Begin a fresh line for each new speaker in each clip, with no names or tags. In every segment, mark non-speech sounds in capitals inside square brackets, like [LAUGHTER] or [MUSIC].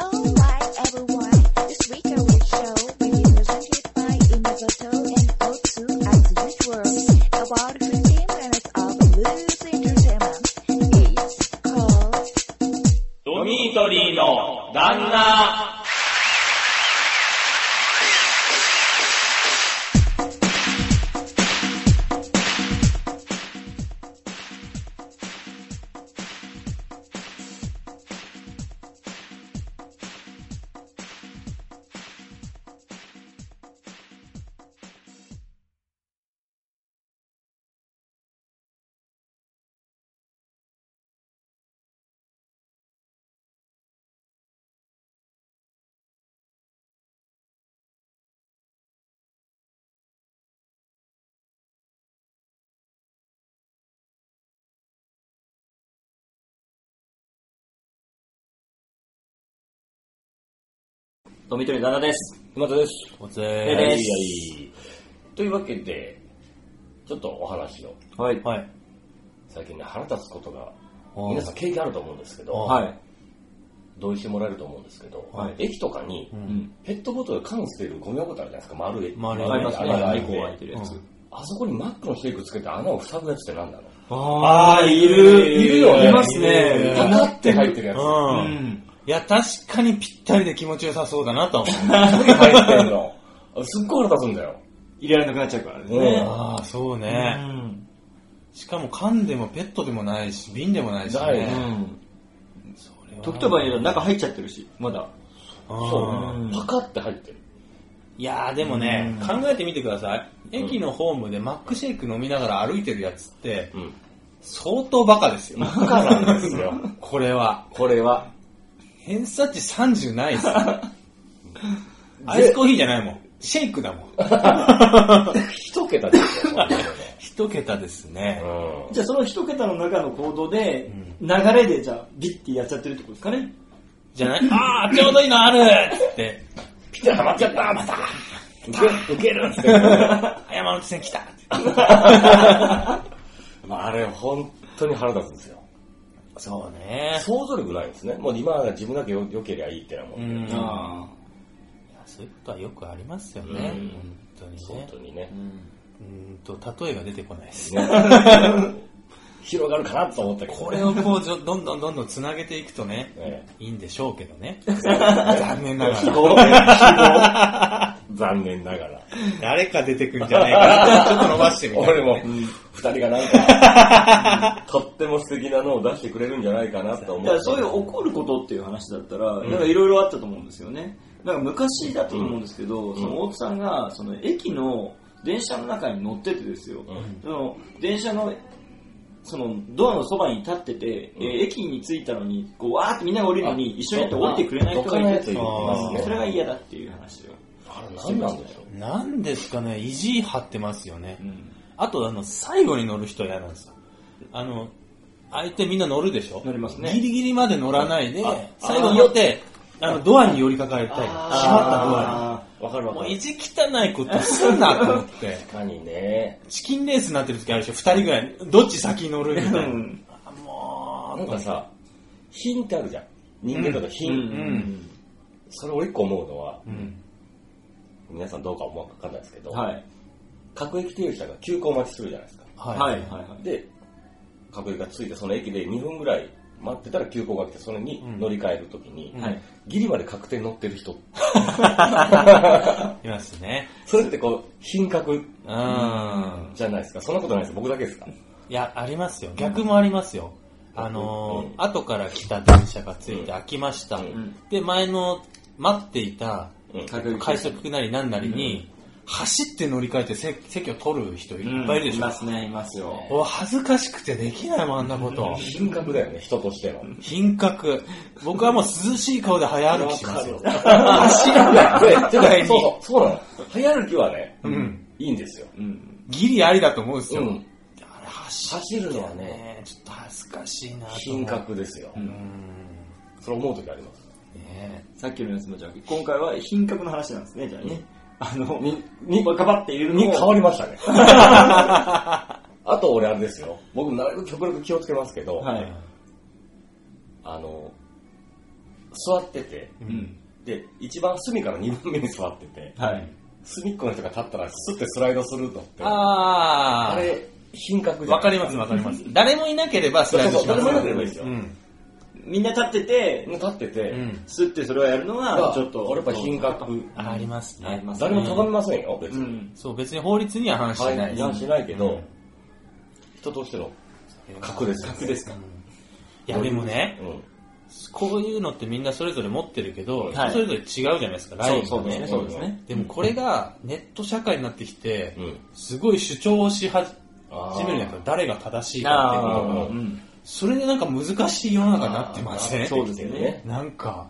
Oh my everyone, this week I will show many presented by Inabato and O2 as usual. About 15 minutes of loose entertainment. It's called
ドミートリーの旦那。ドミートリーの旦那です。
熊田です。お疲
れ様です
というわけで、ちょっとお話を。
はい。
はい。
最近ね、腹立つことが、
うん
皆さん経験あると思うんですけど、
はい。
同意してもらえると思うんですけど、
はい
駅とかに、
ん
ペットボトル缶捨てるゴミ箱ってあるじゃないですか、丸い。
丸い
わかります
あ
ね。
れが
は
開
い
い
こう開いて
て。
るやつ。
あそこにマックのシェイクつけて穴を塞ぐやつってなんなの
あ
あーいる
いるよね
いますね。
うん
穴って入ってるやつ。
う
うん
ん。いや、確かにぴったりで気持ちよさそうだなとは思う。
入ってるの。あすっごい腹立つんだよ。
入れられなくなっちゃうから
うん
ね。
ああ、そう
う
ね。
ん。
しかも缶でもペットでもないし、瓶でもないし
ない
うん
ね
ね。
時と場合によっては中入っちゃってるし、まだ。
そうう。
ん
パカって入ってる。
いやーでもね、考えてみてください。駅のホームでマックシェイク飲みながら歩いてるやつって、
うん。
相当バカですよ。
バカなんですよ。
これは。
これは。
偏差値30ないっすよ。アイスコーヒーじゃないもん。シェイクだもん。
一桁ですよ。
一桁ですね。
[LAUGHS] うん
じゃあその一桁の中の行動で、流れでじゃあビッてやっちゃってるってことです
[LAUGHS]
かね。
じゃないああ、ちょうどいいのあるっつって、
ピタハマっちゃった、また。受け、受けるっつって。
山手線来たって
ま [LAUGHS] あ、あれ、本当に腹立つんですよ。
そうね。
想像力ないんですね。もう今は自分だけよ良けりゃいいってなも
うんん。
で。
いや
あ
そういうことはよくありますよね。
うん
本当に
本
ね
当。にね
あ。。
うんと、例えが出てこないです。
ね広がるかなと思ったけどね。
これをこう、じょどんどんどんどん繋げていくとね、
え
いいんでしょうけど [LAUGHS] ね。残念ながら。
え残念ながら。
誰か出てくるんじゃないかな。 [LAUGHS] ちょっと伸ばしてみたい、
俺も、二人がなん [LAUGHS] か、とっても素敵なのを出してくれるんじゃないかなと思
だ
っ
か
て。
らそういう怒ることっていう話だったら、なんかいろいろあったと思うんですよね。なんか昔だったと思うんですけど、その大津さんが、その駅の電車の中に乗っててですよ。
うん
その電車の、そのドアのそばに立ってて、
うん
えー駅に着いたのに、こうわーってみんなが降りるのに、一緒にやって降りてくれない人
どっかの
がい
や
て
ついますね
それが嫌だっていう話よ。
あれ何なんでしょう。
なんですかね、意地張ってますよね。
うん
あと、あの、最後に乗る人は嫌なんですよ。あの、相手みんな乗るでしょ
乗りますね
ギリギリまで乗らないで
あ、
最後に寄って、あの、ドアに寄りかかりたい。閉まっ
あ
わかる
たドアに。
わ
も
か
う
る
意。地汚いことすんなと思って。
確かにね。
チキンレースになってる時あるでしょ二人ぐらい。どっち先に乗るみたいな。
ーうん
あも
なんかさ、品ってあるじゃん。人間だと品。
うん
ん
それ俺一個思うのは、
う。うん。
皆さんどうか思うかわかんないですけど、
はい。
各駅停車が急行待ちするじゃないですか。
はい。
はいはいはい。
で、各駅が着いて、その駅で2分ぐらい待ってたら急行が来て、それに
うん
乗り換えるときに、
うん
はい
ギリまで確定乗ってる人。
いますね。
それってこう、品格
うん。
じゃないですか。そんなことないです。僕だけですか。
いや、ありますよ。逆もありますよ。あのー
うん
後から来た電車がついて開きました。
うん
うん
で、前の待っていた
うん。
各駅
快速なりなんなりに、走って乗り換えてせ席を取る人いっぱいいるでし
い
ょ。
ますね、いますよ。
お恥ずかしくてできないもん、あんなこと。
品格だよね、人としての。
品格。僕はもう涼しい顔で早歩きしますよ。
走らない。
絶対に
そうそう、そうなの。早歩きはね、
うん。
いいんですよ。
うん。
ギリありだと思うんです
う
よ。
ん。
あれ走っ
走るのは
て
ね、
ね、ちょっと恥ずかしいなと思う
品。格ですよ。
うん。
それ思うときあります。
ね
さっきのやつもじゃあ、今回は品格の話なんですね、じゃあね。あの、
に、
に、
に、
バカバっていうの
に変
も、
わりましたね。 [LAUGHS] あと俺あれですよ。僕なるべく極力気をつけますけど、
は
え
い。
あの、座ってて、
うん。
で、一番隅から2番目に座ってて、
はい。
隅っこの人が立ったらスッてスライドするのって、あ
あー。
れ、品格じゃん
わかります、わかります。誰もいなければスライドしま
そ
す。
うそう誰もいなければいいですよ
うん。
みんな立ってて、
立ってて、
うん。
すってそれをやるの
ま
は
あ、
ちょっと。
俺やっぱ品格、
あります
あ
ね
り。ますね
誰も咎めませんよ、別
う
に。
ん。
そう、別に法律には反してない。
違反しないけど、
うん
人としての格ですよね。
ですか
うん。いや、でもね、
うん
こういうのってみんなそれぞれ持ってるけど、
はい
人それぞれ違うじゃないですか、ラインが
そうですね、そうですね。
でもこれがネット社会になってきて、
うん
すごい主張をし始
あー
めるじゃないですか、誰が正しいかっていうことが
あー
うん。
それでなんか難しい世の中になってません
そうですよね。
なんか、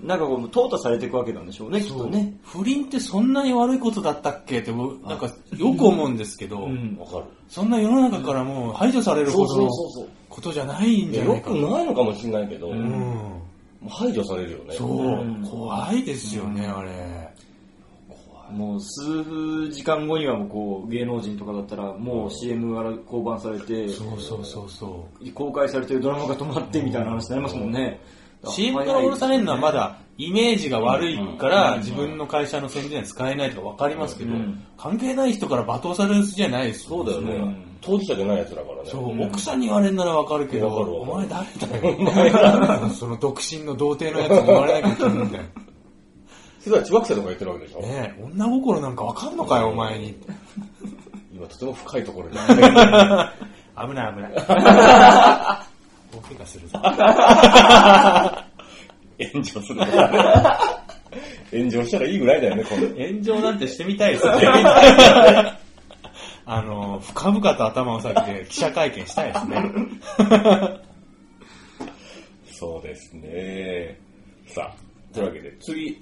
なんかこう、淘汰されていくわけなんでしょうね、きっとね。
不倫ってそんなに悪いことだったっけって、僕なんかよく思うんですけど、
うん
わかる。
そんな世の中からもう排除される
そ
ほ
う
ど
そ
の
うそう
ことじゃない
そう。
んじゃな
よ
いか
く
な。
ないのかもしれないけど、
う
うん
も
ん。
う排除されるよね。
そう、
うん
怖いですよね、あれ。
もう数時間後にはもうこう、芸能人とかだったら、もう CM から降板されて、
そうそうそうそう。
公開されてるドラマが止まってみたいな話になりますもんね。
CM から降ろされるのはまだイメージが悪いから
うん
自分の会社の宣伝に使えないとか分かりますけど
うん、
関係ない人から罵倒される筋合いないです
そうだよね、
うん
当事者じゃない奴だからね。
そう、
うん
奥さんに言われるなら分かるけど、
わかる
お
わ
前誰だよ。 [LAUGHS] その独身の童貞のやつに言われなきゃいけないんだよ。 [LAUGHS] ね
それは中学生とか言ってるわけでしょ、
え、女心なんか分かんのかよ、お前 [LAUGHS] に。
今とても深いところに。
危ない危ない。大怪我す [LAUGHS] るぞ。
炎上する [LAUGHS] からね。炎上したらいいぐらいだよね、この。
炎上なんてしてみたいですね。 [LAUGHS] あの、深々と頭を下げて記者会見したいですね。
そうですね。さあ、というわけで次、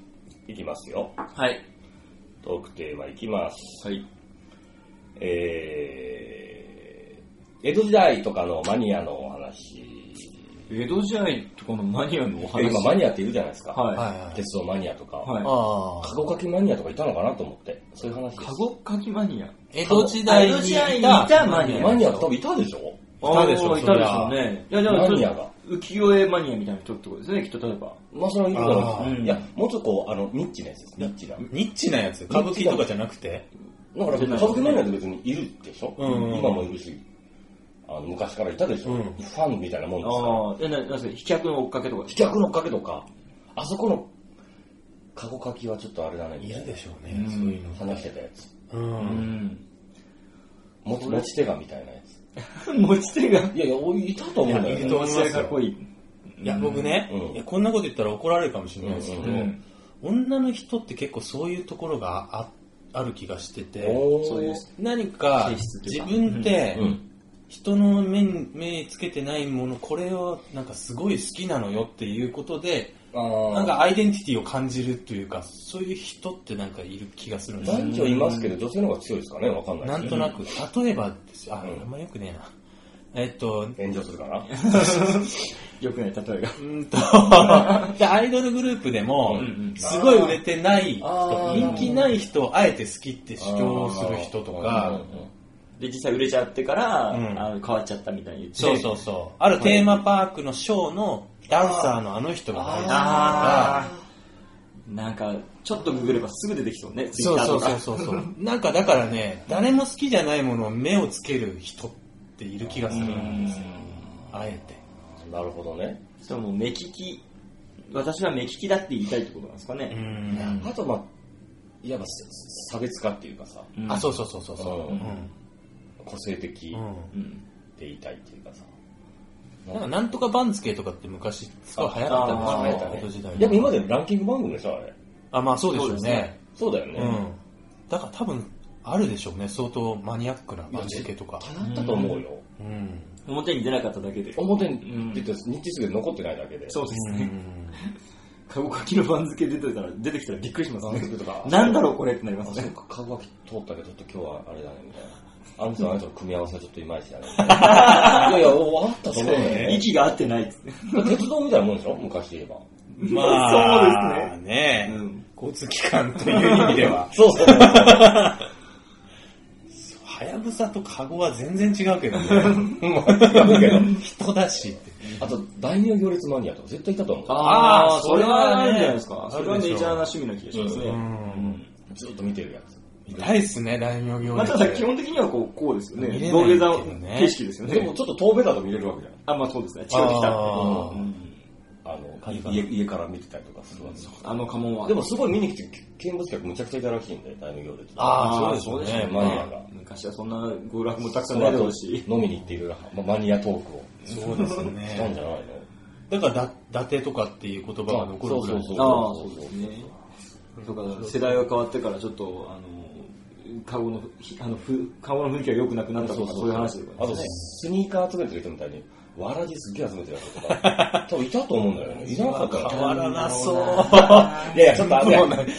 いきますよ。
はい。
トークテーマいきます。
はい。
えー、江戸時代とかのマニアのお話。
江戸時代とかのマニアのお話。
今マニアっているじゃないですか。
はい。
はいはい。
鉄道マニアとか。
はい
ああ。
カゴ書きマニアとかいたのかなと思って。そういう話です。
カゴ書きマニア。
江戸時代にいた
江戸時代にいたマニ
マニア多分いたでしょ
いたでしょ
あーいたでしょうね。いや、でも、
マニアが
浮世絵マニアみたいな人ってことですね、きっと例えば。
まあそれはいるだろう
あー
いや、もうちょっとこう、あの、ニッチなやつです。ニッチな。
ニッチなやつ歌舞伎とかじゃなくて
だから、家族内なんて別にいるでしょ、
うんうん
今もいるし、あの昔からいたでしょ、
うん
ファンみたいなもんですから。
ああ、え、な、なんすか、飛脚の追っかけとか
飛脚の影とか、あそこの、カゴ書きはちょっとあれだね。
いるでしょうね
うん、
そういうの。
話してたやつ。
う
うん。
ん。 [LAUGHS]
持ち持ち手がみたいなやつ。
持ち手が。
いやいや、おいいたと思うんだよ
い
ね。
やいると思
持
いますよ
ち手がかっこいい。
いや、僕ね、
うん
いやこんなこと言ったら怒られるかもしれないですけど、
うん
女の人って結構そういうところがあある気がしてて、
おー
そういう
何か
性質という
自
か
分って
うん。
人の目に目につけてないもの、これをなんかすごい好きなのよっていうことで、
あー
なんかアイデンティティを感じるというか、そういう人ってなんかいる気がするんですよ
男女いますけど、女性の方が強いですかねわかんない。
なんとなく、例えばですよ、あ、
うん
あんまよくねえな。えっと、う
炎上するかな
よくない、例えが。
ーんと、でアイドルグループでも
うん
うん、
すごい売れてない
あ
人、
ー
人気ない人をあえて好きって主張する人と
うんう
か
ん、うん
で、実際売れちゃってから、
うん
あの変わっちゃったみたいに言って。
そうそうそう、あるテーマパークのショーのダンサーのあの人が大好きと
あ
か、
ーなんか、ちょっとググればすぐ出てきそうね、
そうそうそう
Twitter
そうそう。なんかだからね、誰も好きじゃないものを目をつける人っている気がするんですよ。あえて。
なるほどね。
とか。そう、もう目利き。私は目利きだって言いたいってことなんですか
う
ね。
ん。
あと、まあ、いわば差別化っていうかさ、
うん
あ、そうそうそうそうそう。
うん
う
個性的
ん。うん
うん。
でいたいっていうかさ。
なんかなんとか番付とかって昔すごい流行ったんですよ
考
ね
あ流行っ
え
た
た
ね
江戸時代
ね。
に
でも今までランキング番組でしょ、あれ。
あ、まあそうでしょう
そうです
ね
ね。
そうだよね。
うん。だから多分、あるでしょうね。相当マニアックな番付とか。
叶ったと思うよ。
うん。
表に出なかっただけで。
表に出て、日数で残ってないだけで。
そうで
う
すね。
ん
カゴ書きの番付出てたら、出てきたらびっくりします
番
ね。
組とか。
なんだろうこれってなり
あ
ます
そ
ね。
こか、き通ったけど、ちょっと今日はあれだね、みたいな。あの人とあの人の組み合わせはちょっといまいちだね。いやいや、おあったと思うよね。
息が合ってないっつって。
鉄道みたいなもんでしょ昔で言えば。
まあ、
そうです
ね
ね。うん
交通機関という意味
[LAUGHS]
では。
そうそう。
はやぶさとカゴは全然違うけどね。
まあ、違うけど。
人だしって。
あと、大名行列マニアとか絶対いたと思う。
あ
あー
あ、それはあるんじゃないです
ある。でし
か
ょ
それはメジャーな趣味な気がします
う
ね。
ん。
ずっと見てるやつ。
痛いっすね、大名行列。
まあ、ただ基本的にはこう、こうですよ
見
ね。
れ
土
ないけ
下
ど
座
ね
景色ですよ
でも
ね。
ちょっと遠目だと見れるわけじゃん。
あ、まあそうですね。近寄ってきた
あ
っ
ー
てうん。
あの、家家から見てたりとかするわけじゃん
あの家紋は。
でもすごい見に来て、見物客むちゃくちゃいたらしいんで、大名行列。
ああ、
あー
そうです
ね
ね。
マニアが。
昔はそんな娯楽もたくさ
そ
んな
の
いだろ
後
うし。
飲みに行っている、まマニアトークを
そうです
したんじゃ
ね。
ないの
だからだ、伊達とかっていう言葉が残るぐらい。
そう
ああ、そうですね。とか、世代が変わってからちょっと、あの、カゴの、ひあの、ふカゴの雰囲気が良くなくなったとか、そういう話とか
あと、
ね。
スニーカー集めてる人みたいに、わらじすっげえ集めてる人と
[LAUGHS]
か、多分いたと思うんだよね。いなかった
変
ら。
わらなそう。
いやいや、ちょっとあれ、
もう
マ
ない
ニ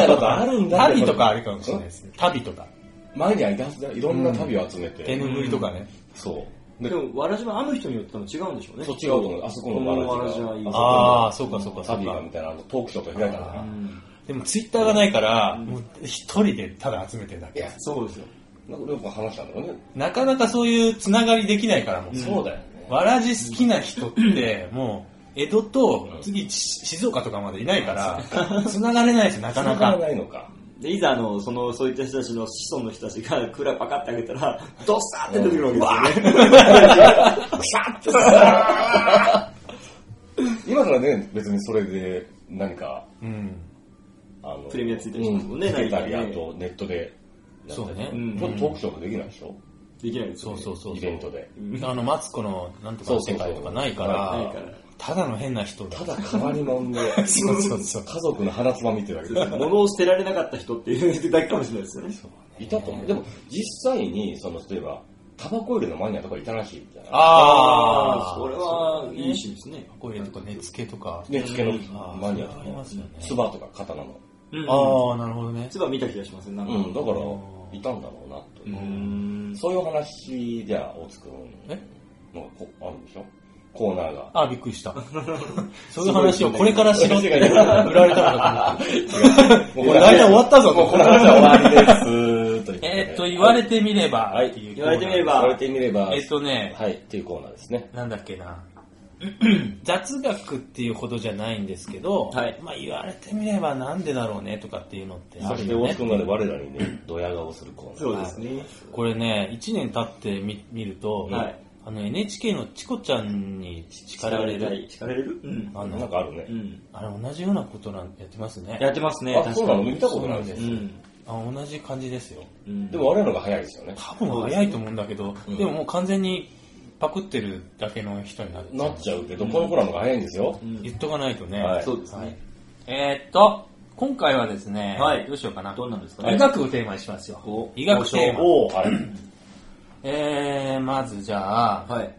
アだとあるんだけど
旅とかあるかもしれないですね。旅とか。
マニアいたんだよいろんな旅を集め
手
て。
拭いとかね。
そう。
で
で、
も、わらじは編む人によっても違うんでしょうね。
そっちが多いと思う。あそこのわらじ
この
が。
わらじはいい
この
ああ、そうかそうかそう
旅が
か
み。たいな、あのトークショーとか開いたから
う。ん
でもツイッターがないから、もう一人でただ集めてるだ
い
け
や。、
そうですよ。
なんか、りょうくん話したんだろうね。
なかなかそういうつながりできないからもう。
そうだよね。
わらじ好きな人って、もう、江戸と次し静岡とかまでいないから、繋がれないし、なかな
繋が。
から
ないのか。
で、いざ、あの、その、そういった人たちの子孫の人たちが、蔵パカってあげたら、 [LAUGHS] ドッサーって出てくるわけですよね。
今からね、別にそれで何か、
うん。
あの、
プレミアついたりしますもんね
うんつけたり、あ
何かね
とネットでやったりとか。
そうね
んちょっとトークショーもできないでしょ
できないですよ
そうそ
ね。
うそう。
イベントで。
うん。あの、マツコのなんとかの世界とかないか
そう
ない
ら
か、ら。
ただの変な人だ。
ただ変わりも [LAUGHS] んで、
そうそうそう。
家族の鼻つまみってるだけで
物を捨てられなかった人っていうだけかもしれないですよね。
いたと思う。でも、実際に、その、例えば、タバコ入れのマニアとかいたらしいみたいな。
ああ、
それは、いい趣味ですね。
コイレとか根付けとか。
ね、付けの
あー
マニアと
そ
か
れはありますよね、
ツバとか刀の。
うん
ああ、なるほどね。
唾見た気がしますね、なんか。
うん、だから
う、ん
いたんだろうな、と。
うん。
そういうお話じゃあ、大津くん。
え
なんかこあるんでしょコーナーが。
ああ、びっくりした。そういう話をこれからしろって売られたのかと思って。
も
もう大体終わったぞ、
もうこの話は終わりです。ということで
えーっと、言われてみれば、
はい
っていう
言われてみれば
言われてみれば、
えーっとね、
はい、っていうコーナーですね。
なんだっけな。 [CLEARS THROAT] 雑学っていうほどじゃないんですけど、
はい
まあ言われてみればなんでだろうねとかっていうのってあ
そし
る
て、
よ
大
ね
津。くんまで我らにね、ドヤ顔するコーナー。
そうですね。
これね、1年経ってみ見ると、
はい
あの NHK のチコちゃんに叱
叱
ら
ら
れる。
れる叱られるうん。
あ
なん
の
かあるね
う。ん。
あれ同じようなことなんやってますね。
やってますね、
あ、そうなの見たこと
そう
な
ないん
で。
ですす
う。ん。
あ同じ感じですよ。
うん
でも、我らの方が早いですよね。
多分早いと思うんだけど、
うん
でももう完全にパクってるだけの人になっちゃ
な
う
っちゃうけど、このコーナーの方が早いんですよ
う。ん
言っとかないとね。
はい
そうです
は
ね
い。えーっと、今回はですね、
はい
どうしようかな。
どうなんですか
医
ね。
学をテーマにしますよ。
お
医学テーマ。
おー、はい。
えー、まずじゃあ、
はい。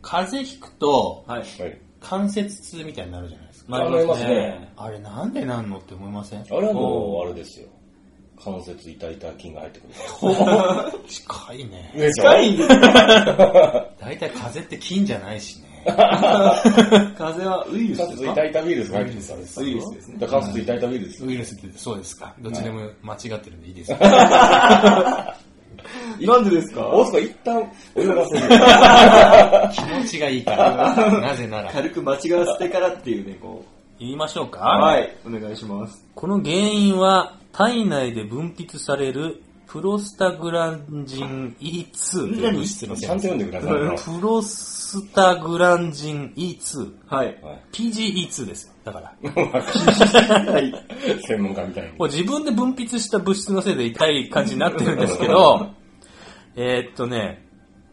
風邪ひくと
はい。
はい。
関節痛みたいになるじゃないですか。
なりますね。
あれなんでなんのって思いません
あれはもう、あれですよ。関節痛々菌が入ってくるか
近いね。
ら。
近いんですか
大体風邪って菌じゃないしね。
風はウイルス
関
です
節
か
痛々ウイルスが入ってくるからです
ウイルスですね。
だから関節痛々ウイルス。
ウイルスってそうですか。どっちでも間違ってるんでいいです [LAUGHS] よ。
なんでですか
大津くん一旦泳がせる。
気持ちがいいから。なぜなら。
軽く間違わせてからっていうね、こ
言いましょうか。
う。はい。お願いします。
この原因は体内で分泌されるプロスタグランジン E2 という物質の
ち
せい
ゃんと
です
読んでくださいね。
プロスタグランジン E2。
はい。
はい
PGE2 ですよ。だから。
専門家みたいに。
これ自分で分泌した物質のせいで痛い感じになってるんですけど、えーっとね、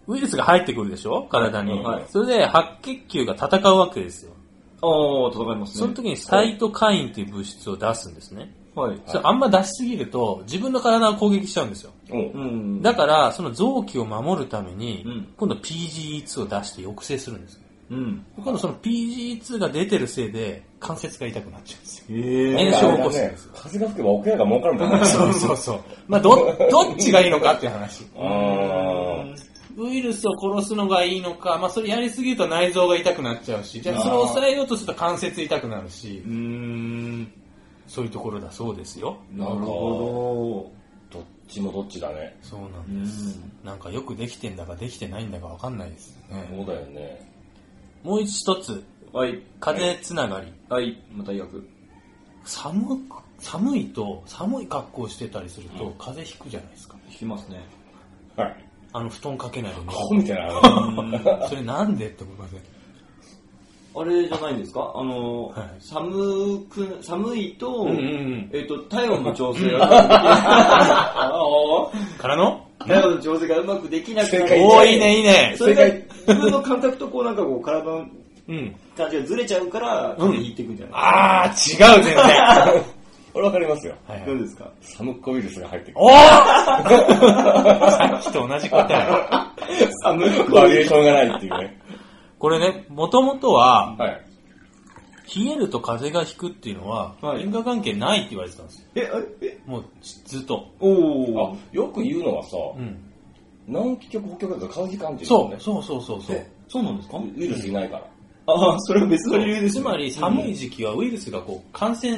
ウイルスが入ってくるでしょ体に、
はい
それで白血球が戦うわけですよ。
おー、戦いますね。
その時にサイトカインという物質を出すんですね。
はい。
それあんま出しすぎると自分の体を攻撃しちゃうんですよ。
うん
うん。
だから、その臓器を守るために、
うん
今度 PGE2 を出して抑制するんですよ。
うん。
今度その PGE2 が出てるせいで、関節が痛くなっちゃうんですよ。炎
えー。
症を起こすんですよ
風が吹けばおけ屋が儲かるみたいな。
[LAUGHS] そうそうそう。まあ、ど、どっちがいいのかっていう話。
あー
ウイルスを殺すのがいいのか、まあ、それやりすぎると内臓が痛くなっちゃうし、じゃあそれを抑えようとすると関節痛くなるし
う、ーん。
そういうところだそうですよ。
なるほ
どっちもどっちだね。
そうなんです。なんかよくできてんだかできてないんだかわかんないですよね。
そうだよね。
もう一つ、
はい。
風つながり。
はい。また役。
寒く、寒いと、寒い格好してたりすると、風邪ひくじゃないですか。
引きますね。
はい。
あの、布団かけないで
ア
ね。
ホみたいな。
それなんでって思いません。
あれじゃないんですかあの、
はい
寒く、寒いと、
ん。
えっ、と、体温の調整が、
からの
[LAUGHS] 体温の調整がうまくできな [LAUGHS] く
正
な
解
おー、いいね、いいね。
それが自分の感覚とこうなんかこう体の
うん。
感じがずれちゃうから、
うん
引いていくんじゃない
あー、違 [LAUGHS] う、全然。は
俺わかりますよ。
い
ど
は
う
い。
ですか
サムッコウイルスが入ってくる。
おーさっきと同じ答え。
寒い
バリエーションがないっていうね。
これね、もともとは、
はい。
冷えると風邪がひくっていうのは、
はい
因果関係ないって言われてたんですよ。
[LAUGHS] え、あえ、
もう、ずずっと。
お
あ
ー。、
よく言うのはさ、
うん。
南極北極だと風邪ひかんって言う
そ
よね
う、。そうそうそうそう
え。
そうなんですか
ウイルスいないから。
あ、それは別の理由です
つ
ね
まり寒い時期はウイルスがこう感染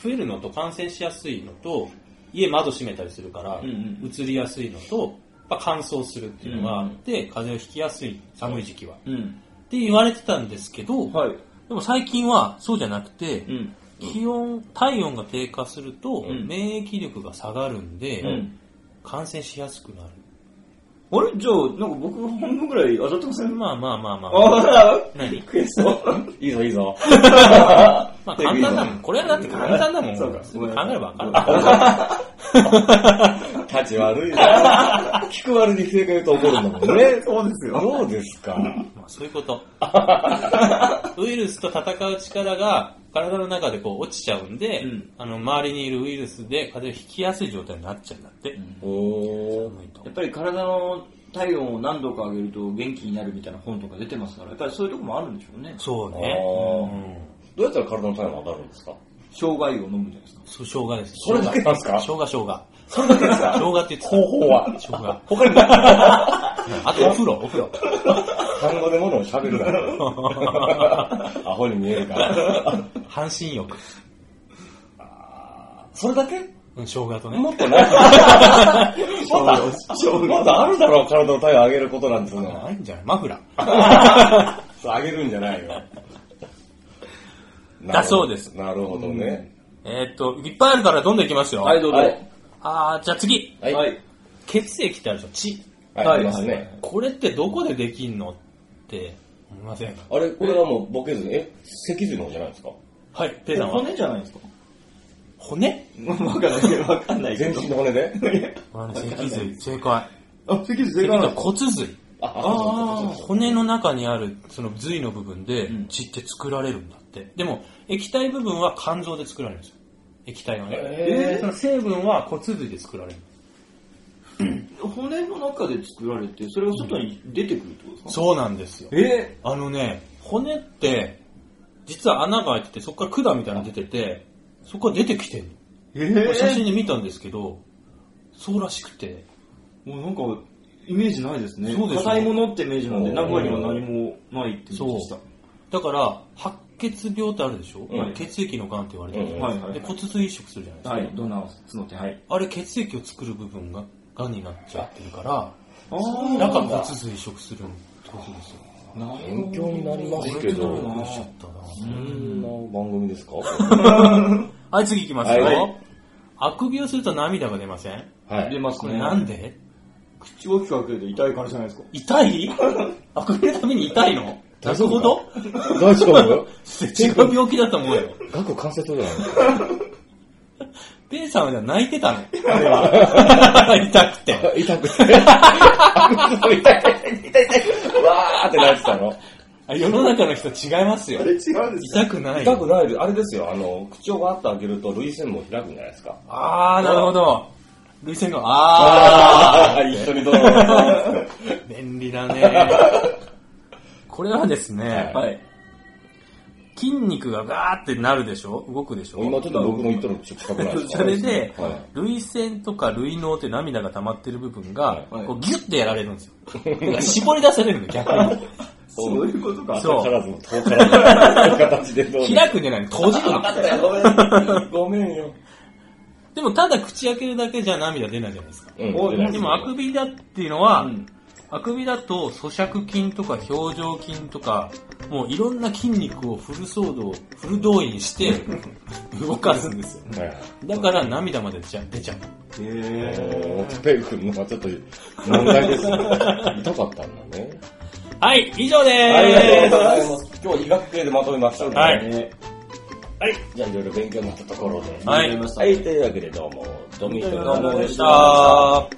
増えるのと感染しやすいのと家窓閉めたりするから
うんうん
うつりやすいのと、まあ、乾燥するっていうのがあって、風邪をひきやすい寒い時期は、っ
うん。
て言われてたんですけど、
はい。
でも最近はそうじゃなくて、
うん。
気温体温が低下すると、
ん
免疫力が下がるんで、
うん
感染しやすくなる
あれじゃあ、なんか僕半分ぐらい当たってません
まあまあまあまあ、
ああ、
何
悔しそう。
いいぞいいぞ。
まあ簡単だもんこれはだって簡単だもん
そうか
すぐ考えれば分かる
立ち悪いな。聞く割に正解言うと怒るんだもんね。
そうですよ。
どうですか
まあ、そういうこと。ウイルスと戦う力が体の中でこう落ちちゃうんで、
うん
あの周りにいるウイルスで風邪をひきやすい状態になっちゃうんだって。
おー。
寒いと
やっぱり体の体温を何度か上げると元気になるみたいな本とか出てますから、やっぱりそういうとこもあるんでしょうね。
そう
あ
ね。う
ーどう
ん。
やったら体の体温上がるんですか
生姜湯を飲むんじゃないですか。
そう、生姜です。
それだけなんですか
生姜、生姜。
それだけですか
生姜って言ってた。
方法は
生姜。
他にない
あとお風呂、お風呂。
単語でものを喋るだ
[LAUGHS]
ろ。アホに見えるから。
半身浴。
それだけ
うん生姜とね。
もっとない。
そうだ、 [LAUGHS] そう
まだあるだろう、体の体温上げることなんていうのは。
ないんじゃないマフラー。
そう上げるんじゃないよ。
[LAUGHS] だそうです
なるほどね。
えーっと、いっぱいあるからどんどんいきますよ。
はい、どうぞ。
はい
あー、じゃあ次。
はい。
は
はいい。
血液ってあるでしょ血。
はい
ありますね。
これってどこでできんのって思いませんか
あれ、これはもうボケずに、え、脊髄の方じゃないですか
はい、ペ
え
イさんは
骨じゃないですか。
骨
わかんないけど、わかんないけ
全
ど。
身の骨で
あの脊髄、正解。
[LAUGHS] あ、脊髄正
えっ
解な
と
んですか
骨髄。
[LAUGHS] あ、あそうそうそうそう
骨の中にあるその髄の部分で
うん
血って作られるんだって。でも、液体部分は肝臓で作られるんですよ。液体はね。
え
でその成分は骨髄で作られる。
骨の中で作られて、それが外に出てくるってことですか
そうなんですよ。
え
あのね、骨って、実は穴が開いてて、そこから管みたいなの出てて、そこから出てきてる
え
の。写真で見たんですけど、そうらしくて。
もうなんか、イメージないですね。
そうですね
硬いものってイメージなんで、中には何もないって言いました。
だから、白血病ってあるでしょ、
うん
血液の癌って言われてる、
うん
はいはいはい
で骨髄移植するじゃないですか。
はい、ドナーの手、はい。
あれ血液を作る部分が癌になっちゃってるから、
あー
だから骨髄移植するってことですよ。
なるほど
勉強になりま
こ
す
れ
け
ち
ど
ょっと。びっくりしちゃったな。
そんな番組ですか
はい、次行きますよ。
はい
あくびをすると涙が出ません
は
出
い。
ます
こ
ね。
れなんで
口大きく開けると痛いからじゃないですか。
痛いあくびのために痛いのな
大
る
丈
ほ
夫
ど
か大丈夫 [LAUGHS]
違う病気だと思うよ。
学関節症じゃないの
ペイさんはじゃあ泣いてた [LAUGHS] の
痛くて。痛い痛い痛
痛くて。
い痛い痛い。わーってなってたの。
あ世の中の人違いますよ。
違うんですよ。
痛くない。
痛くないで、あれですよ、あの、口をわーっと開けると、涙腺も開くんじゃないですか。
あー、なるほど。涙腺が、あ
ああー、一緒にどうぞ。は
ー、便利だね。 [LAUGHS] これはですね、
はい。
筋肉がガーってなるでしょ動くでし
今
ょ
ちょっと僕の言ったのちょっと近くないですか
[LAUGHS] それで
は、
涙腺とか涙嚢って涙が溜まってる部分が、
はい
こうギュッてやられるんですよ。絞り出されるの、逆に。
そういうことか。
そう
遠からずも遠からずの形でどうぞ。
開くんじゃないの、閉じるの。
くごめんよ。ごめんよ。
でもただ口開けるだけじゃ涙出ないじゃないですか。
うん
お
出ない
ですもあくびだっていうのは、
うん
あくびだと咀嚼筋とか表情筋とか、もういろんな筋肉をフル騒動、フル動員して [LAUGHS] 動かすんですよ。
はいはい
だから涙まで出ちゃう。出ちゃう
おー、ペイ君のはちょっと問題ですね。痛かったんだね。
はい、以上で
ありが
ー
とうござい
す。
ます。今日は医学系でまとめました、ね。
はい
ね
はい。じゃあいろいろ勉強になったところで。
はい
ありがとうございました
はい、というわけでどうも、ドミート
どう
の
もでした。